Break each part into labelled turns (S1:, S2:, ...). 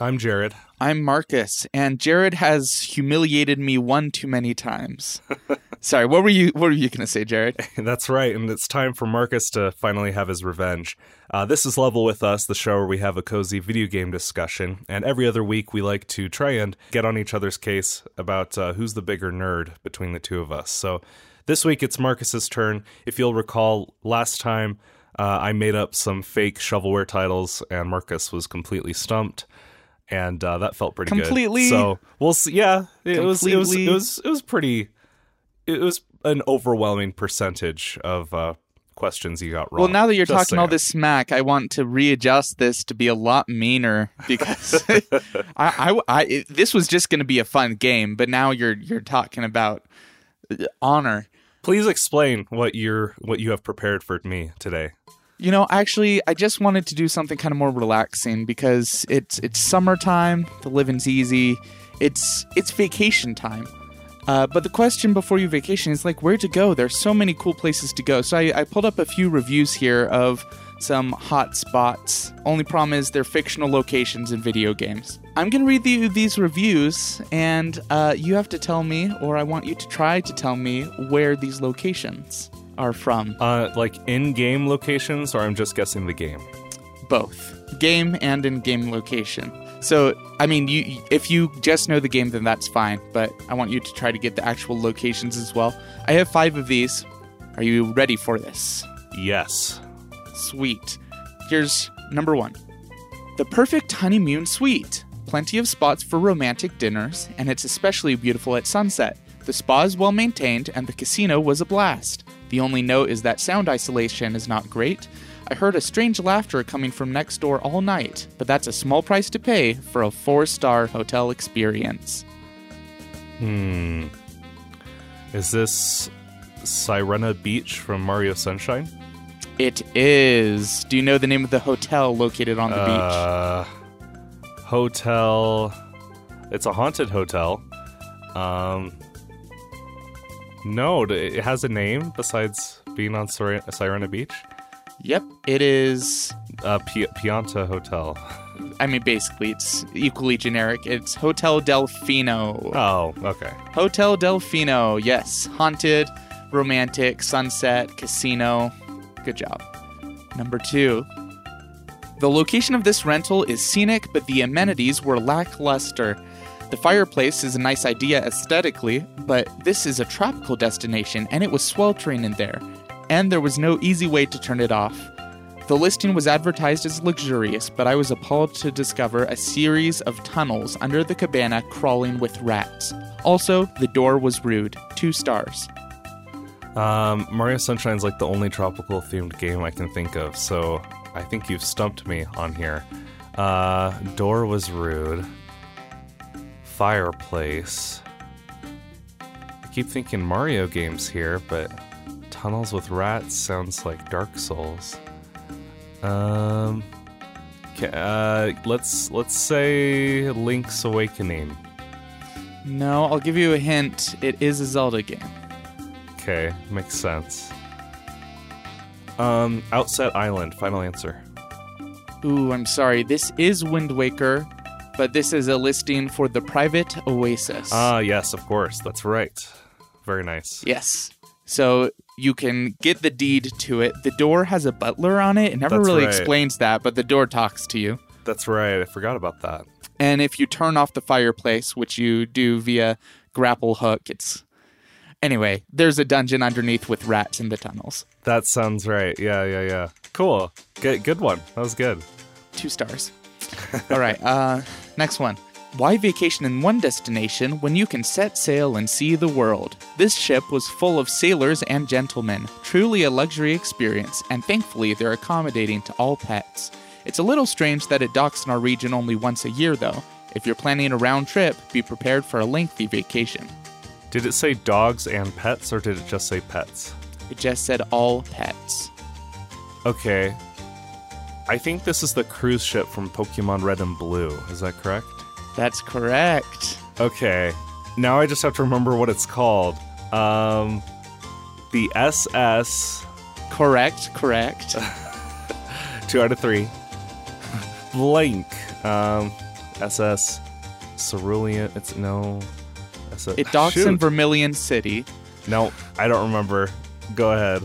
S1: I'm Jared.
S2: I'm Marcus, and Jared has humiliated me one too many times. Sorry, what were you what were you gonna say, Jared?
S1: That's right, and it's time for Marcus to finally have his revenge. Uh, this is Level With Us, the show where we have a cozy video game discussion, and every other week we like to try and get on each other's case about uh, who's the bigger nerd between the two of us. So this week it's Marcus's turn. If you'll recall, last time uh, I made up some fake shovelware titles, and Marcus was completely stumped. And uh, that felt pretty
S2: Completely?
S1: good. So we'll see. Yeah, it was, it was. It
S2: Completely?
S1: was. It was pretty. It was an overwhelming percentage of uh, questions you got wrong.
S2: Well, now that you're
S1: Just
S2: talking all
S1: saying.
S2: this smack, I want to readjust this to be a lot meaner because I, I, I- it- this was just going to be a fun game, but now you're you're talking about uh, honor.
S1: please explain what you're what you have prepared for me today.
S2: You know, actually, I just wanted to do something kind of more relaxing because it's it's summertime, the living's easy, it's it's vacation time. Uh, but the question before you vacation is like, where to go? There's so many cool places to go. So I, I pulled up a few reviews here of some hot spots. Only problem is they're fictional locations in video games. I'm gonna read you these reviews, and uh, you have to tell me, or I want you to try to tell me where these locations are from.
S1: Uh, like in-game locations, or I'm just guessing the game.
S2: both game and in game location. So, I mean, you if you just know the game, then that's fine. But I want you to try to get the actual locations as well. I have five of these. Are you ready for this?
S1: Yes.
S2: Sweet. Here's number one: the perfect honeymoon suite. Plenty of spots for romantic dinners, and it's especially beautiful at sunset. The spa is well maintained, and the casino was a blast. The only note is that sound isolation is not great. I heard a strange laughter coming from next door all night, but that's a small price to pay for a four star hotel experience.
S1: Hmm. Is this Sirena Beach from Mario Sunshine?
S2: It is. Do you know the name of the hotel located on the beach?
S1: Uh, hotel. It's a haunted hotel. Um. No, d- it has a name besides being on Sire- Sirena Beach.
S2: Yep, it is.
S1: Uh, Pi Pianta Hotel.
S2: I mean, basically, it's equally generic. It's Hotel Delfino.
S1: Oh, okay.
S2: Hotel Delfino, yes. Haunted, romantic, sunset, casino. Good job. Number two. The location of this rental is scenic, but the amenities were lackluster. The fireplace is a nice idea aesthetically, but this is a tropical destination and it was sweltering in there, and there was no easy way to turn it off. The listing was advertised as luxurious, but I was appalled to discover a series of tunnels under the cabana crawling with rats. Also, the door was rude. Two stars.
S1: Um, Mario Sunshine's like the only tropical themed game I can think of, so I think you've stumped me on here. Uh, door was rude. Fireplace. I keep thinking Mario games here, but tunnels with rats sounds like Dark Souls. Um, ca- uh, let's let's say Link's Awakening.
S2: No, I'll give you a hint. It is a Zelda game.
S1: Okay, makes sense. Um, Outset Island, final answer.
S2: Ooh, I'm sorry. This is Wind Waker, but this is a listing for the private oasis.
S1: Ah, yes, of course, that's right. Very nice.
S2: Yes. So you can get the deed to it. The door has a butler on it. It never
S1: That's
S2: really
S1: right.
S2: explains that, but the door talks to you.
S1: That's right, I forgot about that.
S2: And if you turn off the fireplace, which you do via grapple hook, it's. Anyway, there's a dungeon underneath with rats in the tunnels.
S1: That sounds right. Yeah, yeah, yeah. Cool. Good, good one. That was good.
S2: Two stars. All right, uh, next one. Why vacation in one destination when you can set sail and see the world? This ship was full of sailors and gentlemen. Truly a luxury experience, and thankfully they're accommodating to all pets. It's a little strange that it docks in our region only once a year, though. If you're planning a round trip, be prepared for a lengthy vacation.
S1: Did it say dogs and pets, or did it just say pets?
S2: It just said all pets.
S1: Okay. I think this is the cruise ship from Pokemon Red and Blue. Is that correct?
S2: That's correct.
S1: Okay. Now I just have to remember what it's called. Um, the SS
S2: Correct, correct.
S1: two out of three. Blank. Um, SS Cerulean. It's no. SS,
S2: It docks in
S1: Shoot.
S2: Vermilion City.
S1: no, I don't remember. Go ahead.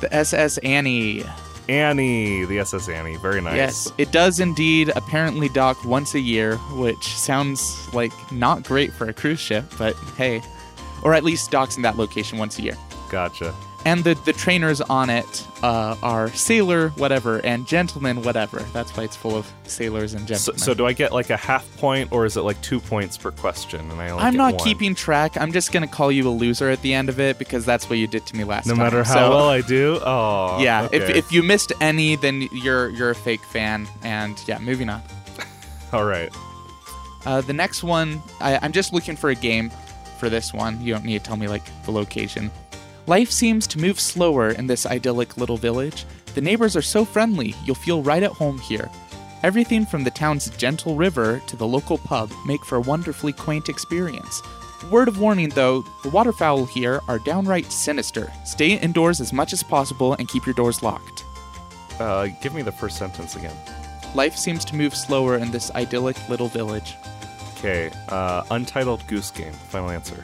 S2: The SS Annie.
S1: Annie, the SS Annie. Very nice.
S2: Yes, it does indeed apparently dock once a year, which sounds like not great for a cruise ship, but hey. Or at least docks in that location once a year.
S1: Gotcha.
S2: And the, the trainers on it uh, are sailor whatever and gentleman whatever. That's why it's full of sailors and
S1: So,
S2: gentlemen.
S1: so do I get like a half point or is it like two points per question? And I only
S2: I'm
S1: get
S2: not
S1: one?
S2: keeping track. I'm just going to call you a loser at the end of it because that's what you did to me last
S1: No
S2: time.
S1: matter how
S2: So-
S1: well I do. Oh.
S2: Yeah, if,
S1: okay.
S2: if you missed any, then you're you're a fake fan. And yeah, moving on.
S1: All right.
S2: Uh, the next one, I, I'm just looking for a game for this one. You don't need to tell me like the location. Life seems to move slower in this idyllic little village. The neighbors are so friendly, you'll feel right at home here. Everything from the town's gentle river to the local pub make for a wonderfully quaint experience. Word of warning though, the waterfowl here are downright sinister. Stay indoors as much as possible and keep your doors locked.
S1: Uh, give me the first sentence again.
S2: Life seems to move slower in this idyllic little village.
S1: Okay. Uh, Untitled Goose Game. Final answer.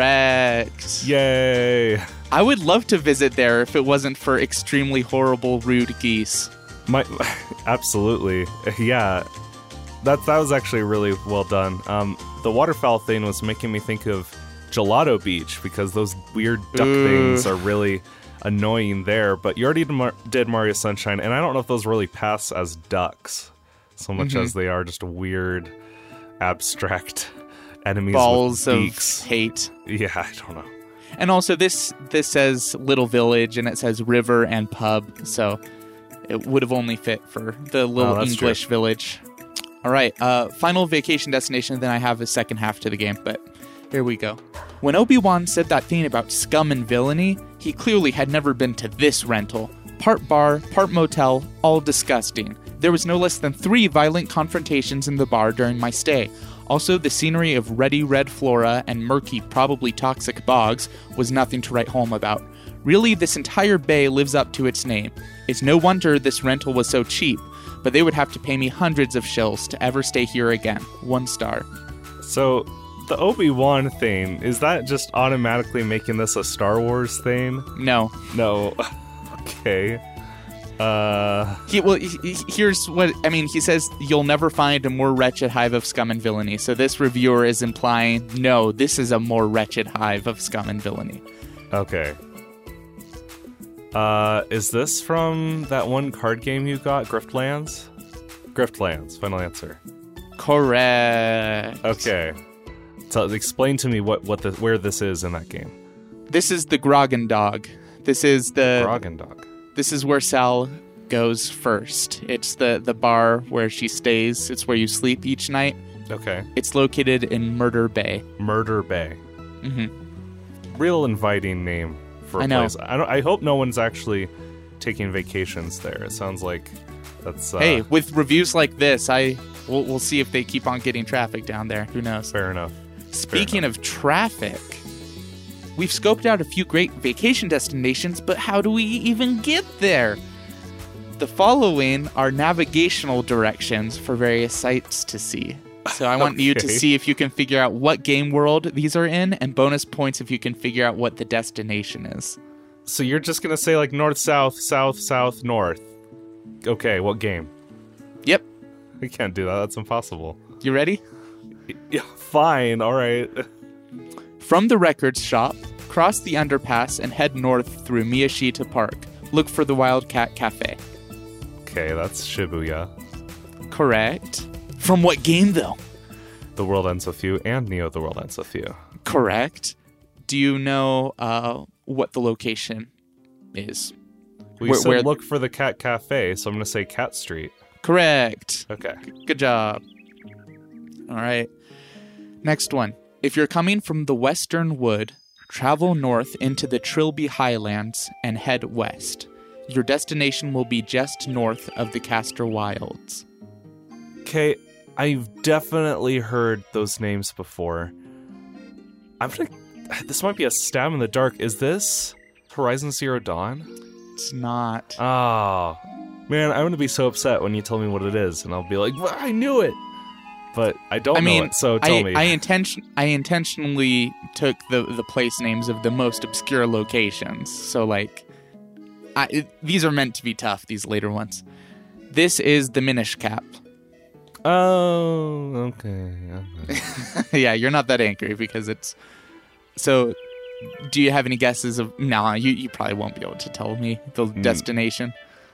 S2: Correct.
S1: Yay.
S2: I would love to visit there if it wasn't for extremely horrible, rude geese.
S1: My, absolutely, yeah. That that was actually really well done. Um, the waterfowl thing was making me think of Gelato Beach because those weird duck
S2: Ooh.
S1: things are really annoying there. But you already did, Mar- did Mario Sunshine, and I don't know if those really pass as ducks so much
S2: Mm-hmm.
S1: as they are just weird, abstract enemies
S2: Balls
S1: with
S2: of
S1: beaks.
S2: hate.
S1: Yeah, I don't know.
S2: And also, this this says little village, and it says river and pub, so it would have only fit for the little
S1: Oh, that's true.
S2: English village. All right, uh, final vacation destination. Then I have a second half to the game, but here we go. When Obi Wan said that thing about scum and villainy, he clearly had never been to this rental. Part bar, part motel, all disgusting. There was no less than three violent confrontations in the bar during my stay. Also, the scenery of ready red flora and murky, probably toxic bogs was nothing to write home about. Really, this entire bay lives up to its name. It's no wonder this rental was so cheap, but they would have to pay me hundreds of shills to ever stay here again. One star.
S1: So the Obi Wan thing is that just automatically making this a Star Wars thing?
S2: No.
S1: No. Okay. Uh,
S2: He, well, he- he- here's what I mean. He says you'll never find a more wretched hive of scum and villainy. So this reviewer is implying, no, this is a more wretched hive of scum and villainy.
S1: okay. Uh, is this from that one card game you got, Griftlands? Griftlands, final answer.
S2: Correct.
S1: Okay. So explain to me what, what the, where this is in that game.
S2: This is the Grogan dog. This is the
S1: Groggin Dog.
S2: this is where Sal goes first. It's the the bar where she stays. It's where you sleep each night.
S1: Okay.
S2: It's located in Murder Bay.
S1: Murder Bay. Mm-hmm. Real inviting name for a
S2: I know.
S1: place. I, don't, I hope no one's actually taking vacations there. It sounds like that's uh,
S2: hey, with reviews like this, I we'll, we'll see if they keep on getting traffic down there. Who knows?
S1: fair enough.
S2: Speaking of traffic, we've scoped out a few great vacation destinations, but how do we even get there? The following are navigational directions for various sites to see. So I want you to
S1: Okay.
S2: see if you can figure out what game world these are in, and bonus points if you can figure out what the destination is.
S1: So you're just gonna say like north, south, south, south, north. Okay, what game?
S2: Yep.
S1: We can't do that. That's impossible.
S2: You ready?
S1: Yeah, fine. All right.
S2: From the records shop, cross the underpass and head north through Miyashita Park. Look for the Wildcat Cafe.
S1: Okay, that's Shibuya.
S2: Correct. From what game though?
S1: The world ends with you, and Neo. The world ends with you.
S2: Correct. Do you know uh, what the location is?
S1: We
S2: Where-
S1: said
S2: where-
S1: look for the Cat Cafe, so I'm gonna say Cat Street.
S2: Correct.
S1: Okay.
S2: Good job. All right. Next one. If you're coming from the Western Wood, travel north into the Trilby Highlands and head west. Your destination will be just north of the Castor Wilds.
S1: Okay, I've definitely heard those names before. I'm gonna. This might be a stab in the dark. Is this Horizon Zero Dawn?
S2: It's not.
S1: Oh, man, I'm gonna be so upset when you tell me what it is, and I'll be like, "Well, I knew it. but I don't
S2: I mean,
S1: know it. So tell
S2: I,
S1: me.
S2: I intention I intentionally took the the place names of the most obscure locations. So like, I, it, these are meant to be tough. These later ones. This is the Minish Cap.
S1: oh, okay. okay.
S2: yeah, you're not that angry because it's. So, do you have any guesses of? Nah, you you probably won't be able to tell me the
S1: Hmm.
S2: destination.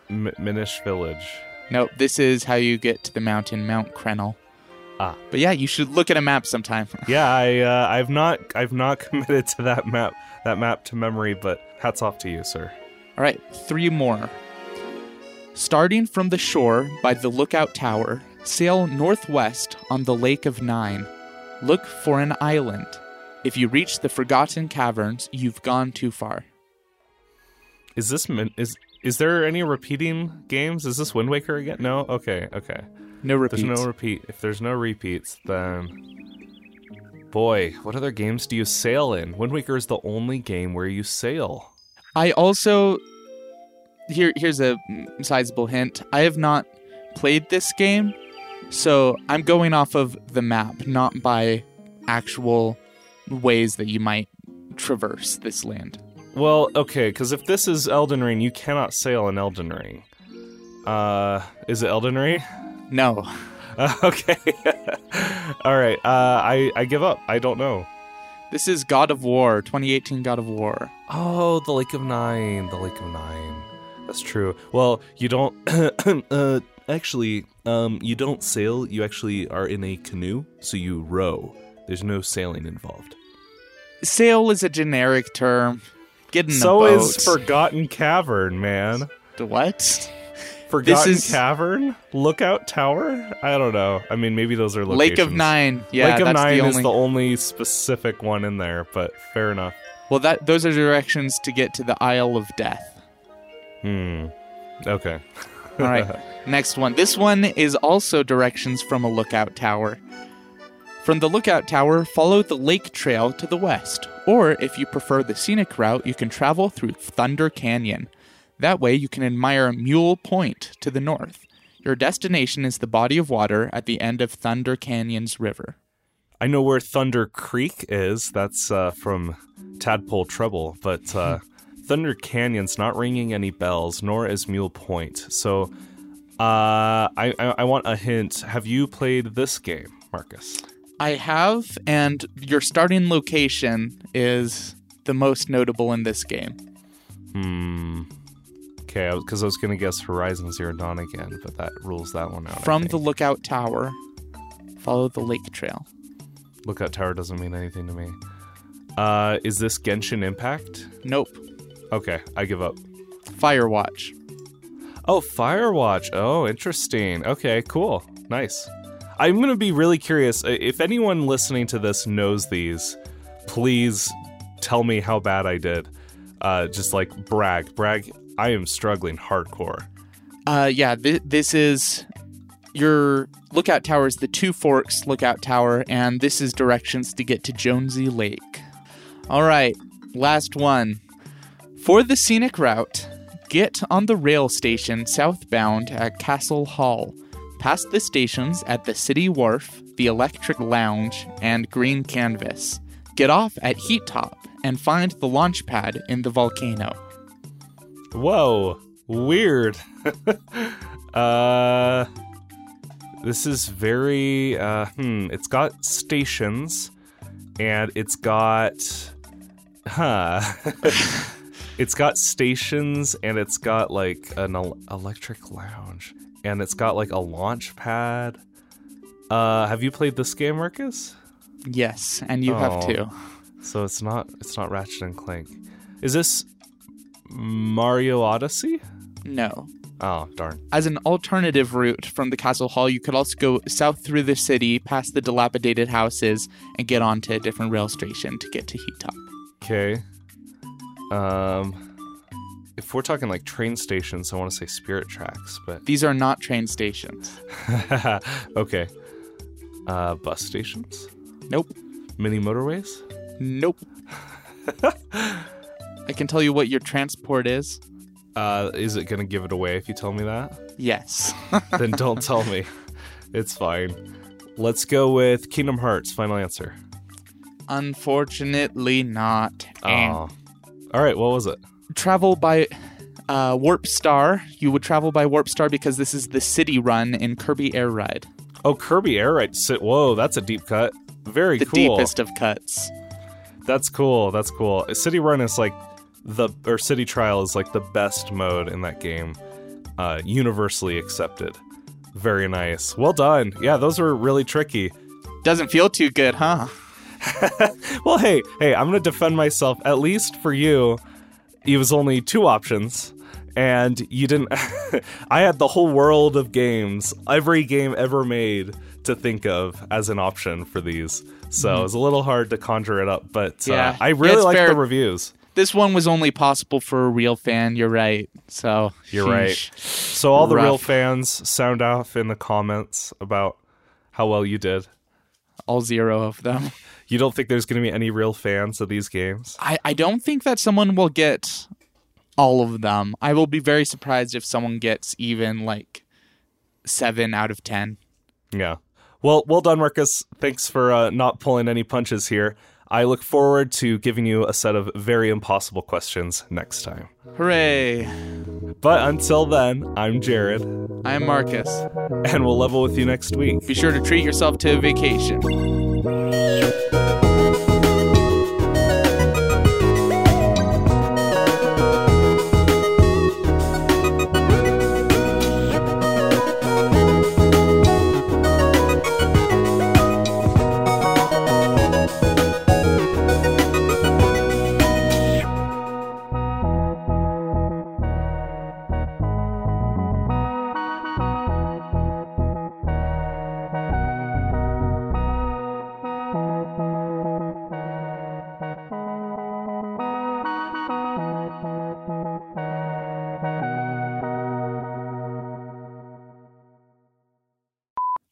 S1: M- Minish Village.
S2: Nope, this is how you get to the mountain, Mount Krennel.
S1: Ah.
S2: But yeah, you should look at a map sometime.
S1: Yeah, I uh, I've not I've not committed to that map that map to memory, but hats off to you, sir.
S2: All right, three more. Starting from the shore by the lookout tower, sail northwest on the Lake of Nine. Look for an island. If you reach the Forgotten Caverns, you've gone too far.
S1: Is this min- is is there any repeating games? Is this Wind Waker again? No. Okay. Okay.
S2: No
S1: There's
S2: repeats.
S1: no repeat. If there's no repeats, then boy, what other games do you sail in? Wind Waker is the only game where you sail.
S2: I also here here's a mm, sizable hint. I have not played this game, so I'm going off of the map, not by actual ways that you might traverse this land.
S1: Well, okay, because if this is Elden Ring, you cannot sail in Elden Ring. Uh, is it Elden Ring?
S2: No.
S1: Uh, okay. All right. Uh, I I give up. I don't know.
S2: This is God of War, 2018 God of War.
S1: Oh, the Lake of Nine. The Lake of Nine. That's true. Well, you don't. uh, actually, um, you don't sail. You actually are in a canoe, so you row. There's no sailing involved.
S2: Sail is a generic term. Get in
S1: so
S2: a boat.
S1: is Forgotten Cavern, man.
S2: what?
S1: Forgotten
S2: is-
S1: Cavern, Lookout Tower. I don't know. I mean, maybe those are locations.
S2: Lake of Nine. Yeah,
S1: Lake of
S2: that's
S1: Nine
S2: the
S1: is
S2: only.
S1: the only specific one in there, but fair enough.
S2: well, that those are directions to get to the Isle of Death.
S1: Hmm. Okay.
S2: All right, next one. This one is also directions from a lookout tower. From the lookout tower, follow the lake trail to the west, or if you prefer the scenic route, you can travel through Thunder Canyon. That way, you can admire Mule Point to the north. Your destination is the body of water at the end of Thunder Canyon's river.
S1: I know where Thunder Creek is. That's uh, from Tadpole Trouble, but uh, Thunder Canyon's not ringing any bells, nor is Mule Point. So, uh, I, I I want a hint. Have you played this game, Marcus?
S2: I have, and your starting location is the most notable in this game.
S1: Hmm. Okay, because I was gonna guess Horizon Zero Dawn again, but that rules that one out. I
S2: From
S1: think.
S2: the lookout tower, follow the lake trail.
S1: Lookout Tower doesn't mean anything to me. Uh, is this Genshin Impact?
S2: Nope.
S1: Okay, I give up.
S2: Firewatch.
S1: Oh, Firewatch. Oh, interesting. Okay, cool. Nice. I'm going to be really curious. I- If anyone listening to this knows these, please tell me how bad I did. Uh, just like brag. Brag, I am struggling hardcore.
S2: Uh, yeah, th- this is your lookout tower is the Two Forks lookout tower, and this is directions to get to Jonesy Lake. All right, last one. For the scenic route, get on the rail station southbound at Castle Hall. Past the stations at the City Wharf, the Electric Lounge, and Green Canvas. Get off at Heat Top and find the launch pad in the volcano.
S1: Whoa, weird. uh, this is very. Uh, hmm. It's got stations, and it's got, huh. it's got stations, and it's got like an el- electric lounge, and it's got like a launch pad. Uh, have you played this game, Marcus?
S2: Yes, and you have
S1: Oh.
S2: to.
S1: So it's not. It's not Ratchet and Clank. Is this Mario Odyssey?
S2: No,
S1: Oh darn.
S2: As an alternative route from the Castle Hall, you could also go south through the city, past the dilapidated houses, and get onto a different rail station to get to Heat Top.
S1: Okay. Um, if we're talking like train stations, I want to say Spirit Tracks, but
S2: These are not train stations.
S1: okay. Uh, bus stations,
S2: Nope.
S1: mini motorways.
S2: Nope. I can tell you what your transport is.
S1: Uh, is it gonna give it away if you tell me that?
S2: Yes.
S1: then don't tell me. It's fine. Let's go with Kingdom Hearts. Final answer.
S2: Unfortunately, not. And
S1: Oh. All right. What was it?
S2: travel by uh, Warp Star. You would travel by Warp Star because this is the city run in Kirby Air Ride.
S1: Oh, Kirby Air Ride. Sit. Whoa, that's a deep cut. Very
S2: The
S1: cool.
S2: deepest of cuts.
S1: That's cool. That's cool. City Run is like the or City Trial is like the best mode in that game. Uh, universally accepted. Very nice. Well done. Yeah, those were really tricky.
S2: Doesn't feel too good, huh?
S1: Well, hey, hey, I'm gonna defend myself. At least for you, it was only two options, and you didn't. I had the whole world of games, every game ever made, to think of as an option for these. So it was a little hard to conjure it up, but
S2: Mm-hmm. Yeah.
S1: uh, I
S2: Yeah,
S1: really
S2: it's
S1: like
S2: fair.
S1: the reviews.
S2: This one was only possible for a real fan. You're right. So
S1: You're
S2: sheesh.
S1: So all the real
S2: Rough.
S1: fans sound off in the comments about how well you did.
S2: All zero of them.
S1: You don't think there's going to be any real fans of these games?
S2: I, I don't think that someone will get all of them. I will be very surprised if someone gets even like seven out of ten.
S1: Yeah. Well, well done, Marcus. Thanks for uh, not pulling any punches here. I look forward to giving you a set of very impossible questions next time.
S2: Hooray!
S1: But until then, I'm Jared, and
S2: I'm Marcus.
S1: we'll level with you next week.
S2: Be sure to treat yourself to a vacation.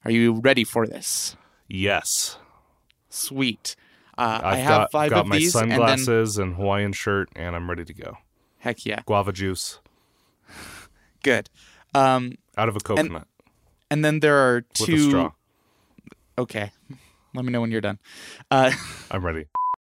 S2: Are you ready for this?
S1: Yes.
S2: Sweet. Uh,
S1: I've
S2: I have
S1: got,
S2: five
S1: got
S2: of
S1: my
S2: these, and then
S1: sunglasses and Hawaiian shirt, and I'm ready to go.
S2: heck yeah,
S1: Guava juice
S2: good. Um,
S1: out of a coconut
S2: and then there are
S1: with a straw.
S2: two. Okay, let me know when you're done. Uh,
S1: I'm ready.